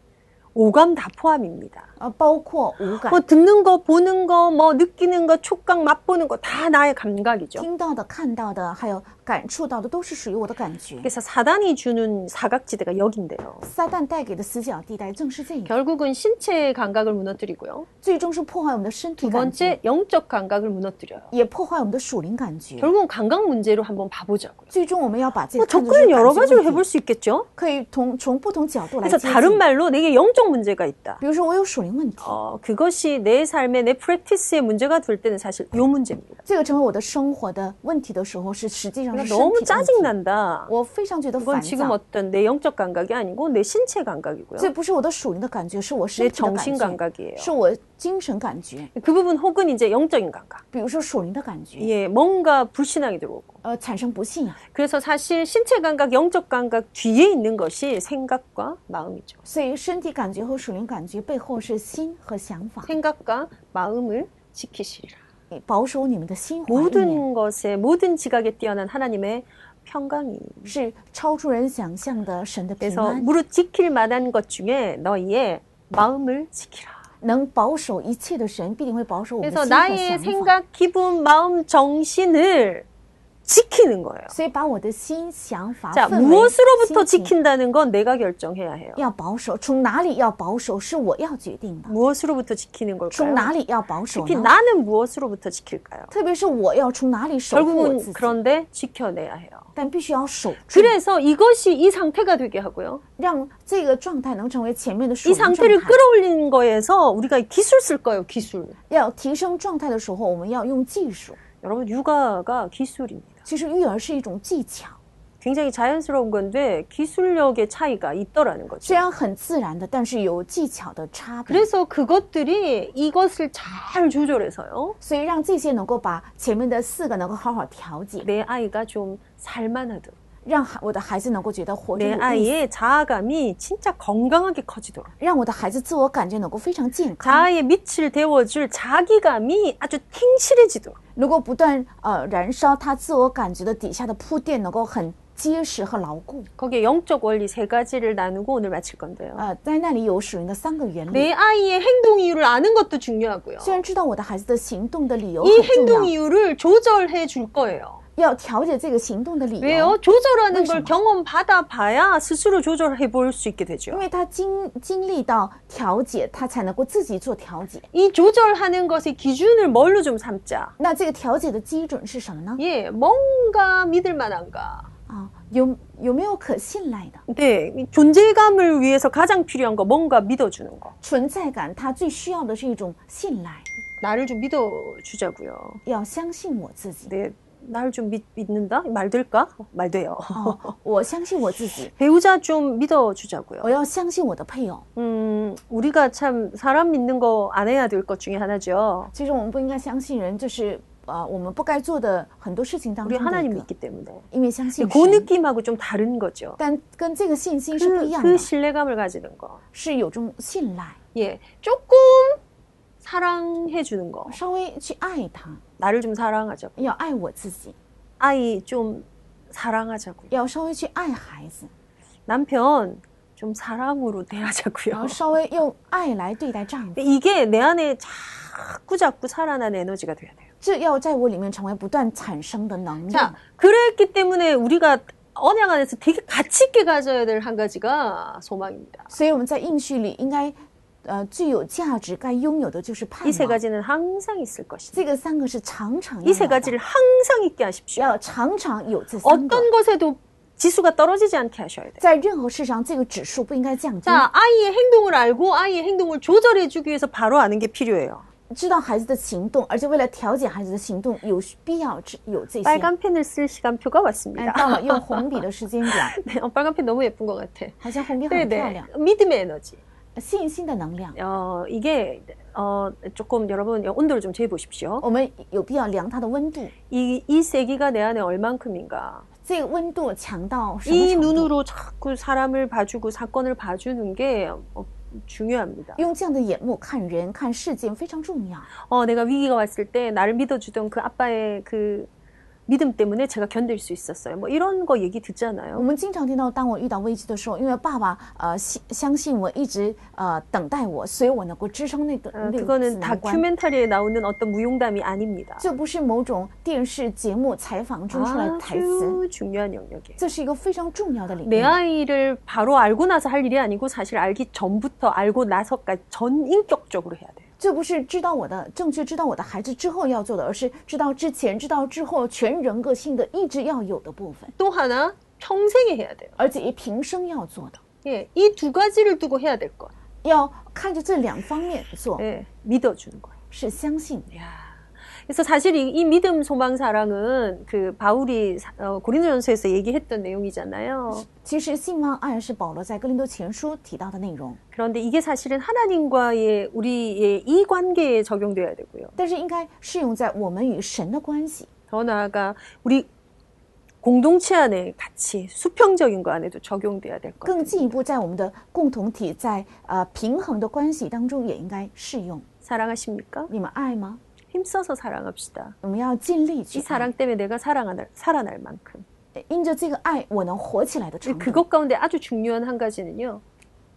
Speaker 1: 오감 다 포함입니다.
Speaker 2: 呃，包括五感
Speaker 1: 뭐 ， 듣는 거, 보는 거, 뭐 느끼는 거, 촉각 맛보는 거 다 나의 감각이죠.
Speaker 2: 听到的、看到的，还有感触到的，都是属于我的感觉。
Speaker 1: 그래서 사단이 주는 사각지대가 여긴데요.
Speaker 2: 撒旦带给的死角地带正是这个，
Speaker 1: 결국은 신체의 감각을 무너뜨리고요.
Speaker 2: 最终是破坏我们的身体
Speaker 1: 두
Speaker 2: 感觉，
Speaker 1: 번째 영적 감각을 무너뜨려요.
Speaker 2: 也破坏我们的属灵感觉。
Speaker 1: 결국은 감각 문제로 한번 봐보자고요.
Speaker 2: 最终我们要把这
Speaker 1: 뭐
Speaker 2: 个看作是
Speaker 1: 접근을 여러
Speaker 2: 感觉
Speaker 1: 가지로
Speaker 2: 问
Speaker 1: 해볼
Speaker 2: 题，
Speaker 1: 수 있겠죠.
Speaker 2: 可以从从不同角度来
Speaker 1: 그래서
Speaker 2: 接
Speaker 1: 다른
Speaker 2: 近。
Speaker 1: 말로 내게 영적 문제가 있다.
Speaker 2: 比如说我有属灵问题，
Speaker 1: 어, 그것이 내 삶에 내 프랙티스의 문제가 될 때는 사실 요 문제입니다.
Speaker 2: 这个成为我的生活的问题的时候，是实际上是
Speaker 1: 그러니까
Speaker 2: 身体的
Speaker 1: 너무
Speaker 2: 问题。
Speaker 1: 짜증난다.
Speaker 2: 我非常觉得
Speaker 1: 이건
Speaker 2: 烦
Speaker 1: 지금
Speaker 2: 躁，
Speaker 1: 어떤 내 영적 감각이 아니고 내 신체 감각이고요.
Speaker 2: 这不是我的属灵的感觉，是我
Speaker 1: 내
Speaker 2: 身体的
Speaker 1: 정신
Speaker 2: 感觉，
Speaker 1: 감각이에요.
Speaker 2: 是我精神感觉。
Speaker 1: 그 부분 혹은 이제 영적인 감각.
Speaker 2: 比如说属灵的感觉，
Speaker 1: 예, 뭔가 불신앙이 들어오고.
Speaker 2: 呃，产生不信仰，
Speaker 1: 그래서 사실 신체 감각, 영적 감각 뒤에 있는 것이 생각과 마음이죠.
Speaker 2: 所以身体感觉和属灵感觉背后是心和想法。
Speaker 1: 생각과 마음을 지키시리라.
Speaker 2: 保守你们的心怀意念
Speaker 1: 모든 것에 모든 지각에 뛰어난 하나님의 평강이.
Speaker 2: 是超出人想象的神的平
Speaker 1: 그래서
Speaker 2: 安，
Speaker 1: 무릇 지킬 만한 것 중에 너희의 마음을 지키라.
Speaker 2: 能保守一切的神必定会保守我们
Speaker 1: 그래서
Speaker 2: 的心和
Speaker 1: 나의
Speaker 2: 想法。
Speaker 1: 생각, 기분, 마음, 정신을 지키는 거예요.
Speaker 2: 所以把我的心、想法、
Speaker 1: 자,
Speaker 2: 氛围
Speaker 1: 무엇으로부터
Speaker 2: 心情
Speaker 1: 지킨다는 건 내가 결정해야 해요.
Speaker 2: 要保守，从哪里要保守是我要决定的。
Speaker 1: 무엇으로부터 지키는 걸까요?
Speaker 2: 从哪里要保守
Speaker 1: 특히
Speaker 2: 呢？
Speaker 1: 나는 무엇으로부터 지킬까요?
Speaker 2: 特别是我要从哪里守护我自
Speaker 1: 결국은
Speaker 2: 己，
Speaker 1: 그런데 지켜내야 해요.
Speaker 2: 但必须要守住，
Speaker 1: 그래서 이것이 이 상태가 되게 하고요.
Speaker 2: 让这个状态能成为前面的属
Speaker 1: 이
Speaker 2: 灵状态。
Speaker 1: 상태를 끌어올리는 거에서 우리가 기술 쓸 거예요, 기술.
Speaker 2: 要提升状态的时候，我们要用技术。
Speaker 1: 여러분, 육아가 기술입니다.
Speaker 2: 其实育儿是一种技巧，
Speaker 1: 굉장히 자연스러운 건데 기술력의 차이가 있더라는 거죠.
Speaker 2: 虽然很自然的，但是有技巧的差别。
Speaker 1: 그래서 그것들이 이것을 잘 조절해서요.
Speaker 2: 所以让这些能够把前面的四个能够好好调节，
Speaker 1: 내 아이가 좀 살만하도록.
Speaker 2: 让孩我的孩子能够觉得活着
Speaker 1: 내
Speaker 2: 有意义，
Speaker 1: 아이의 자아감이 진짜 건강하게 커지도록.
Speaker 2: 让我的孩子自我感觉能够非常健康，
Speaker 1: 자아의 밑을 데워줄 자기감이 아주 탱실해지도록.
Speaker 2: 能够不断呃燃烧他自我感觉的底下的铺垫，能够很结实和牢固。
Speaker 1: 거기에 영적 원리 세 가지를 나누고 오늘 마칠 건데요.
Speaker 2: 呃，在那里有属于的三个原理。
Speaker 1: 내 아이의 행동 이유를 아는 것도 중요하고요.
Speaker 2: 虽然知道我的孩子的行动的理由
Speaker 1: 이
Speaker 2: 很
Speaker 1: 행동
Speaker 2: 重要，
Speaker 1: 이유를 조절해 줄 거예요.
Speaker 2: 要调节这个行动的理由，
Speaker 1: 왜요? 조절하는 걸
Speaker 2: 그렇죠.
Speaker 1: 경험 받아 봐야 스스로 조절해 볼 수 있게
Speaker 2: 因
Speaker 1: 되죠.
Speaker 2: 为他经经历到调节，他才能够自己做调节。
Speaker 1: 이 조절하는 것의 기준을 뭘로 좀 삼자.
Speaker 2: 那这个调节的基准是什么呢？
Speaker 1: 예, 뭔가 믿을 만한가.
Speaker 2: 啊，有有没有可信赖的？
Speaker 1: 네, 이 존재감을 위해서 가장 필요한 거 뭔가 믿어주는 거.
Speaker 2: 存在感，它最需要的是一种信赖。
Speaker 1: 나를 좀 믿어주자고요.
Speaker 2: 要相信我
Speaker 1: (laughs)
Speaker 2: 自己。
Speaker 1: 네, 나를 좀 믿, 믿는다? 말 될까? 어, 말 돼요. (laughs)
Speaker 2: 哦，我相信我自己，
Speaker 1: 배우자 좀 믿어주자고요.
Speaker 2: 我要相信我的配偶。
Speaker 1: 음, 우리가 참 사람 믿는 거 안 해야 될 것 중에 하나죠.
Speaker 2: 其实我们不应该相信人，就是呃，我们不该做的很多事情当
Speaker 1: 우리
Speaker 2: 中的一
Speaker 1: 하나님
Speaker 2: 个，
Speaker 1: 믿기 때문에.
Speaker 2: 因为相信
Speaker 1: 근데 그러니까. 그
Speaker 2: 神，
Speaker 1: 느낌하고 좀 다른 거죠.
Speaker 2: 但跟这个信心是不一
Speaker 1: 그,
Speaker 2: 样
Speaker 1: 그
Speaker 2: 的，
Speaker 1: 신뢰감을 가지는 거.
Speaker 2: 是有种信赖，
Speaker 1: 예, 조금 사랑해 주는 거.
Speaker 2: 稍微去爱他，
Speaker 1: 나를 좀 사랑하자.
Speaker 2: 要爱我自己，
Speaker 1: 아이 좀 사랑하자고요.
Speaker 2: 要稍微去爱孩子，
Speaker 1: 남편 좀 사랑으로 (laughs)
Speaker 2: 然后
Speaker 1: 대하자고요.
Speaker 2: 稍微用爱来对待丈夫，
Speaker 1: 근데 이게 내 안에 자꾸 자꾸 살아난 에너지가 돼야 돼요.
Speaker 2: 这要在我里面成为不断产生的能
Speaker 1: 자
Speaker 2: 量。
Speaker 1: 그랬기 때문에 우리가 언약 안에서 되게 가치 있게 가져야 될 한 가지가 소망입니다.
Speaker 2: 所以我们在应许里应该，呃，最有价值、该拥有的就是盼
Speaker 1: 이 세
Speaker 2: 望。
Speaker 1: 가지는 항상 있을 것이다.
Speaker 2: 这个三个是常常要
Speaker 1: 이 세
Speaker 2: 有的
Speaker 1: 가지를 항상 있게 하십시오.
Speaker 2: 要常常有这三个。
Speaker 1: 어떤 것에도 지수가 떨어지지 않게 하셔야 돼요.
Speaker 2: 在任何事上，这个指数不应该降低。
Speaker 1: 자, 아이의 행동을 알고 아이의 행동을 조절해 주기 위해서 바로 아는 게 필요해요.
Speaker 2: 知道孩子的行动，而且为了调节孩子的行动，有必要知有这些。
Speaker 1: 빨간 펜을 쓸 시간표가
Speaker 2: 哎
Speaker 1: (laughs) 왔습니다. ，
Speaker 2: 到了用红笔的时间表，
Speaker 1: 네, 어, 빨간 펜 너무 예쁜 것 같아.
Speaker 2: 好像红笔很漂
Speaker 1: 네네.
Speaker 2: 亮。
Speaker 1: 믿음의 에너지.
Speaker 2: 信心的能量，
Speaker 1: 어, 이게 어, 조금 여러분 온도를 좀 재보십시오.
Speaker 2: 我们有必要量它的温度，
Speaker 1: 이, 이 세기가 내 안에 얼만큼인가.
Speaker 2: 这个温度强到什么
Speaker 1: 이
Speaker 2: 程度？
Speaker 1: 눈으로 자꾸 사람을 봐주고 사건을 봐주는 게 어, 중요합니다.
Speaker 2: 用这样的眼目看人、看事件非常重要。
Speaker 1: 어, 내가 위기가 왔을 때 나를 믿어주던 그 아빠의 그 믿음 때문에 제가 견딜 수 있었어요. 뭐 이런 거 얘기
Speaker 2: 我
Speaker 1: 듣잖아요.
Speaker 2: 们经常听到，当我遇到危机的时候，因为爸爸呃信相信我，一直呃等待我，所以我能够支撑那个
Speaker 1: 어,
Speaker 2: 那个
Speaker 1: 그거는
Speaker 2: 难关。
Speaker 1: 다큐멘터리에 나오는 어떤 무용담이 아닙니다.
Speaker 2: 这不是某种电视节目采访中
Speaker 1: 啊
Speaker 2: 出来的台词，
Speaker 1: 아주 중요한 영역이에요.
Speaker 2: 这是一个非常重要的领
Speaker 1: 내
Speaker 2: 域。
Speaker 1: 아이를 바로 알고 나서 할 일이 아니고 사실 알기 전부터 알고 나서까지 전 인격적으로 해야 돼요.
Speaker 2: 这不是知道我的正确知道我的孩子之后要做的，而是知道之前、知道之后全人格性的意志要有的部分，
Speaker 1: 또 하나 평생에 해야 돼요.
Speaker 2: 而且也平生要做的，
Speaker 1: 예, 이 두 가지를 두고 해야 될 것.
Speaker 2: 要看着这两方面做，
Speaker 1: 예, 믿어주는 거예요.
Speaker 2: 是相信。
Speaker 1: 야. 그래서 사실 이, 이 믿음, 소망, 사랑은 그 바울이 사- 어, 고린도전서에서 얘기했던 내용이잖아요.
Speaker 2: 其实信望爱是保罗在哥林多前书提到的内容，
Speaker 1: 그런데 이게 사실은 하나님과의 우리의 이 관계에 적용돼야 되고요.
Speaker 2: 但是应该适用在我们与神的关系，
Speaker 1: 더 나아가 우리 공동체 안에 같이 수평적인 거 안에도 적용돼야 될 것.
Speaker 2: 更进一步在我们的共同体在呃平衡的关系当中也应该适用。
Speaker 1: 사랑하십니까?
Speaker 2: 你们爱吗？
Speaker 1: 힘써서 사랑합시다.
Speaker 2: 我们要尽力
Speaker 1: 이
Speaker 2: 去爱，
Speaker 1: 사랑 때문에 내가 살아날 살아날 만큼.
Speaker 2: 因着这个爱，我能活起来的程
Speaker 1: 근데
Speaker 2: 度。
Speaker 1: 그것 가운데 아주 중요한 한 가지는요.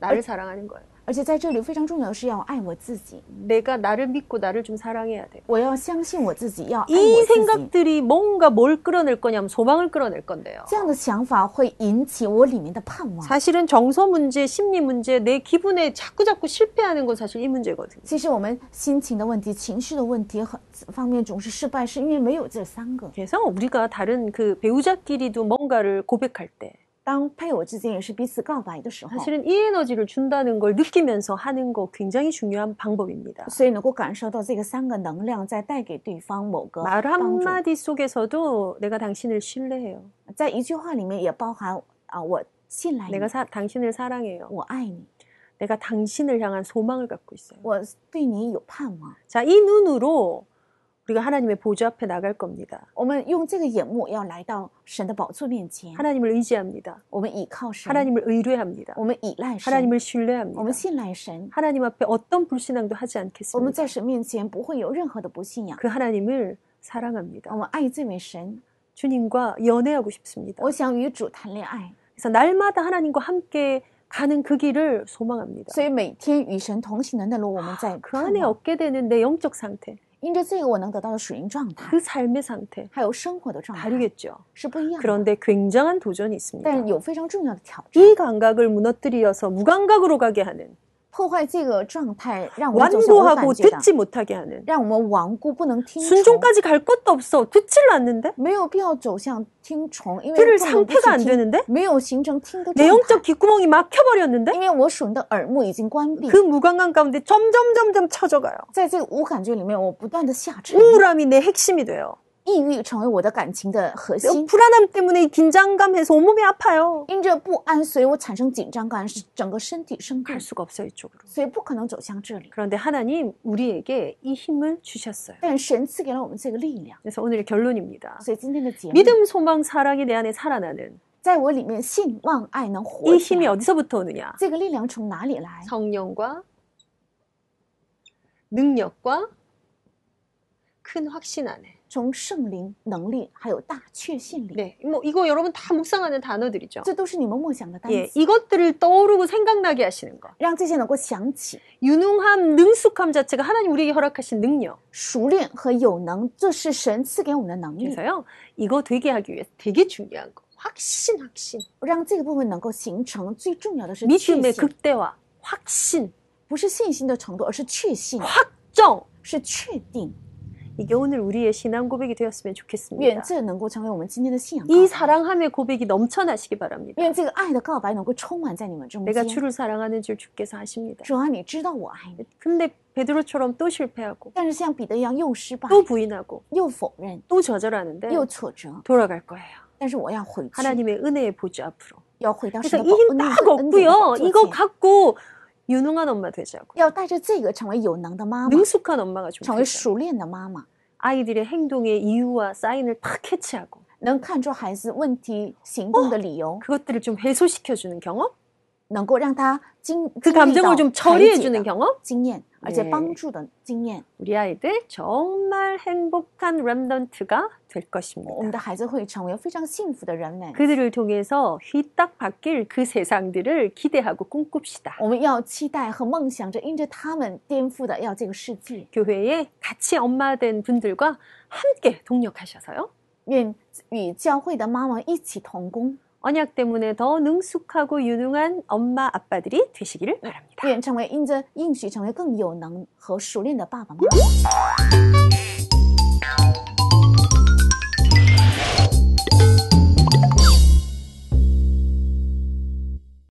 Speaker 1: 나를 사랑하는 거예요.
Speaker 2: 而且在这里非常重要的是要爱我自己，
Speaker 1: 내가 나를 믿고 나를 좀 사랑해야 돼요.
Speaker 2: 我要相信我自己，要爱
Speaker 1: 이
Speaker 2: 我自己。
Speaker 1: 생각들이 뭔가 뭘 끌어낼 거냐면 소망을 끌어낼 건데요.
Speaker 2: 这样的想法会引起我里面的盼望。
Speaker 1: 사실은 정서 문제, 심리 문제, 내 기분에 자꾸자꾸 실패하는 건 사실 이 문제거든요.
Speaker 2: 其实我们心情的问题、情绪的问题和方面总是失败，是因为没有这三个。
Speaker 1: 그래서 우리가 다른 그 배우자끼리도 뭔가를 고백할 때
Speaker 2: 当配偶之间也是彼此告白的时候，
Speaker 1: 사실은 이 에너지를 준다는 걸 느끼면서 하는 거 굉장히 중요한 방법입니다.
Speaker 2: 所以能够感受到这个三个能量在带给对方某个
Speaker 1: 말
Speaker 2: 帮助，
Speaker 1: 한마디 속에서도 내가 당신을 신뢰해요.
Speaker 2: 在一句话里面也包含啊，我信赖你
Speaker 1: 내가 ， 사- 당신을 사랑해요.
Speaker 2: 我爱你，
Speaker 1: 내가 당신을 향한 소망을 갖고 있어요.
Speaker 2: 我对你有盼望。
Speaker 1: 자, 이 눈으로 우리가 하나님의 보좌 앞에 나갈 겁니다.
Speaker 2: 我们用这个眼目要来到神的宝座面前，
Speaker 1: 하나님을 의지합니다.
Speaker 2: 我们倚靠神，
Speaker 1: 하나님을 의뢰합니다.
Speaker 2: 我们依赖神，
Speaker 1: 하나님을
Speaker 2: 我们
Speaker 1: 신뢰합니다.
Speaker 2: 信赖神，
Speaker 1: 하나님 앞에 어떤 불신앙도 하지
Speaker 2: 我们
Speaker 1: 않겠습니다.
Speaker 2: 在神面前不会有任何的不信仰。
Speaker 1: 그 하나님을
Speaker 2: 我
Speaker 1: 사랑합니다.
Speaker 2: 们爱这位神，
Speaker 1: 주님과 연애하고 싶습니다.
Speaker 2: 我想与主谈恋爱，
Speaker 1: 그래서 날마다 하나님과 함께 가는 그 길을 소망합니다.
Speaker 2: 所以每天与神同行的那路，我们在
Speaker 1: 그
Speaker 2: 盼
Speaker 1: 안에
Speaker 2: 望。
Speaker 1: 얻게 되는 내 영적 상태,
Speaker 2: 因着这个，我能得到的属灵状态
Speaker 1: 그 ， 삶의 상태
Speaker 2: 还有生活的状态
Speaker 1: 다르겠죠.
Speaker 2: 是不一样的。
Speaker 1: 그런데 굉장한
Speaker 2: 네,
Speaker 1: 도전이 있습니다.
Speaker 2: 但有非常重要的挑战，
Speaker 1: 이 감각을 무너뜨려서 무감각으로 가게 하는
Speaker 2: 破坏这个状态，让我们走向无反
Speaker 1: 완고하고
Speaker 2: 结党，
Speaker 1: 듣지 못하게 하는
Speaker 2: 让我们顽固不能听从，
Speaker 1: 순종까지 갈 것도 없어 듣질 않는데
Speaker 2: 没有必要走向听从，因为
Speaker 1: 들을
Speaker 2: 根本不
Speaker 1: 상태가 안
Speaker 2: 去听，
Speaker 1: 되는데
Speaker 2: 没有形成听的
Speaker 1: 내
Speaker 2: 状态
Speaker 1: 영적 ， 귓구멍이 막혀버렸는데
Speaker 2: 因为我属灵的耳目已经关闭
Speaker 1: 그 ， 무관감 가운데 점점 점점 처져가요.
Speaker 2: 在这个无感觉里面，我不断的下沉，
Speaker 1: 우울함이 내 핵심이 돼요.
Speaker 2: 抑郁成为我的感情的核
Speaker 1: 내가
Speaker 2: 心。
Speaker 1: 불안함 때문에 이 긴장감해서 온몸이 아파요.
Speaker 2: 因着不安，所以我产生紧张感，使整个身体生病
Speaker 1: 갈 ， 수가 없어요 이쪽으로.
Speaker 2: 所以不可能走向这里。
Speaker 1: 그런데 하나님 우리에게 이 힘을 주셨어요.
Speaker 2: 但神赐给了我们这个力量，
Speaker 1: 그래서 오늘의 결론입니다.
Speaker 2: 所以今天的节目，
Speaker 1: 믿음, 소망, 사랑이 내 안에 살아나는
Speaker 2: 在我里面信望爱能活
Speaker 1: 이
Speaker 2: 起
Speaker 1: 힘이
Speaker 2: 来。
Speaker 1: 어디서부터 오느냐?
Speaker 2: 这个力量从哪里来？
Speaker 1: 성령과 능력과 큰 확신 안에.
Speaker 2: 从圣灵、能力还有大确信里，
Speaker 1: 네, 뭐 이거 여러분 다 묵상하는 단어들이죠.
Speaker 2: 这都是你们默想的单
Speaker 1: 예,
Speaker 2: 词，
Speaker 1: 이것들을 떠오르고 생각나게 하시는 것.
Speaker 2: 让这些能够想起。
Speaker 1: 유능함, 능숙함 자체가 하나님 우리에게 허락하신 능력.
Speaker 2: 熟练和有能，这是神赐给我们的能力，
Speaker 1: 그래서요, 이거 되게 하기 위해서 되게 중요한 거. 음. 확신, 확신.
Speaker 2: 让这个部分能够形成。最重要的是确
Speaker 1: 믿음의
Speaker 2: 信，
Speaker 1: 극대화. 확신,
Speaker 2: 不是信心的程度，而是确信，
Speaker 1: 정.
Speaker 2: 是确定。
Speaker 1: 이게 오늘 우리의 신앙 고백이 되었으면
Speaker 2: 愿
Speaker 1: 좋겠습니다.
Speaker 2: 这能够成为我们今天的信仰告白。
Speaker 1: 이 사랑함의 고백이 넘쳐나시기 바랍니다.
Speaker 2: 愿这个爱的告白能够充满在你们中
Speaker 1: 내가
Speaker 2: 间。
Speaker 1: 주를 사랑하는 줄 주께서 하십니다.
Speaker 2: 主啊，你知道我爱你，
Speaker 1: 근데 베드로처럼 또 실패하고
Speaker 2: 但是像彼得一样又失败，
Speaker 1: 또 부인하고
Speaker 2: 又否认，
Speaker 1: 또 좌절하는데
Speaker 2: 又挫折。
Speaker 1: 돌아갈 거예요.
Speaker 2: 但是我要回去，
Speaker 1: 하나님의 은혜의 보좌 앞으로.
Speaker 2: 要回到
Speaker 1: 그래서
Speaker 2: 神的
Speaker 1: 이
Speaker 2: 宝
Speaker 1: 힘
Speaker 2: 恩
Speaker 1: 딱
Speaker 2: 恩典的
Speaker 1: 얻고요.
Speaker 2: 宝座
Speaker 1: 이거
Speaker 2: 前，
Speaker 1: 갖고 유능한 엄마 되자고.
Speaker 2: 要带着这个成为有能的妈妈，
Speaker 1: 능숙한 엄마가
Speaker 2: 成为
Speaker 1: 좋겠어요.
Speaker 2: 熟练的妈妈，
Speaker 1: 아이들의 행동의 이유와 사인을 다 캐치하고
Speaker 2: 能看出孩子问题行动的理由，
Speaker 1: 그것들을 좀 해소시켜주는 경험,
Speaker 2: 能够让他经
Speaker 1: 그
Speaker 2: 经历到
Speaker 1: 감정을 좀
Speaker 2: 排解
Speaker 1: 처리해주는
Speaker 2: 的
Speaker 1: 경험.
Speaker 2: 经验，而且
Speaker 1: 네
Speaker 2: 帮助的经验，
Speaker 1: 우리 아이들 정말 행복한 랩던트가 될
Speaker 2: 我们
Speaker 1: 것입니다.
Speaker 2: 的孩子会成为非常幸福的人们。
Speaker 1: 그들을 통해서 휘딱 바뀔 그 세상들을 기대하고 꿈꿉시다.
Speaker 2: 我们要期待和梦想着，因着他们颠覆的要这个世界。
Speaker 1: 교회에 같이 엄마 된 분들과 함께 동력하셔서요.
Speaker 2: 愿与教会的妈妈一起同工，
Speaker 1: 언약 때문에 더 능숙하고 유능한 엄마 아빠들이 되시기를 바랍니다.
Speaker 2: 愿成为因着应许成为更有能和熟练的爸爸妈妈。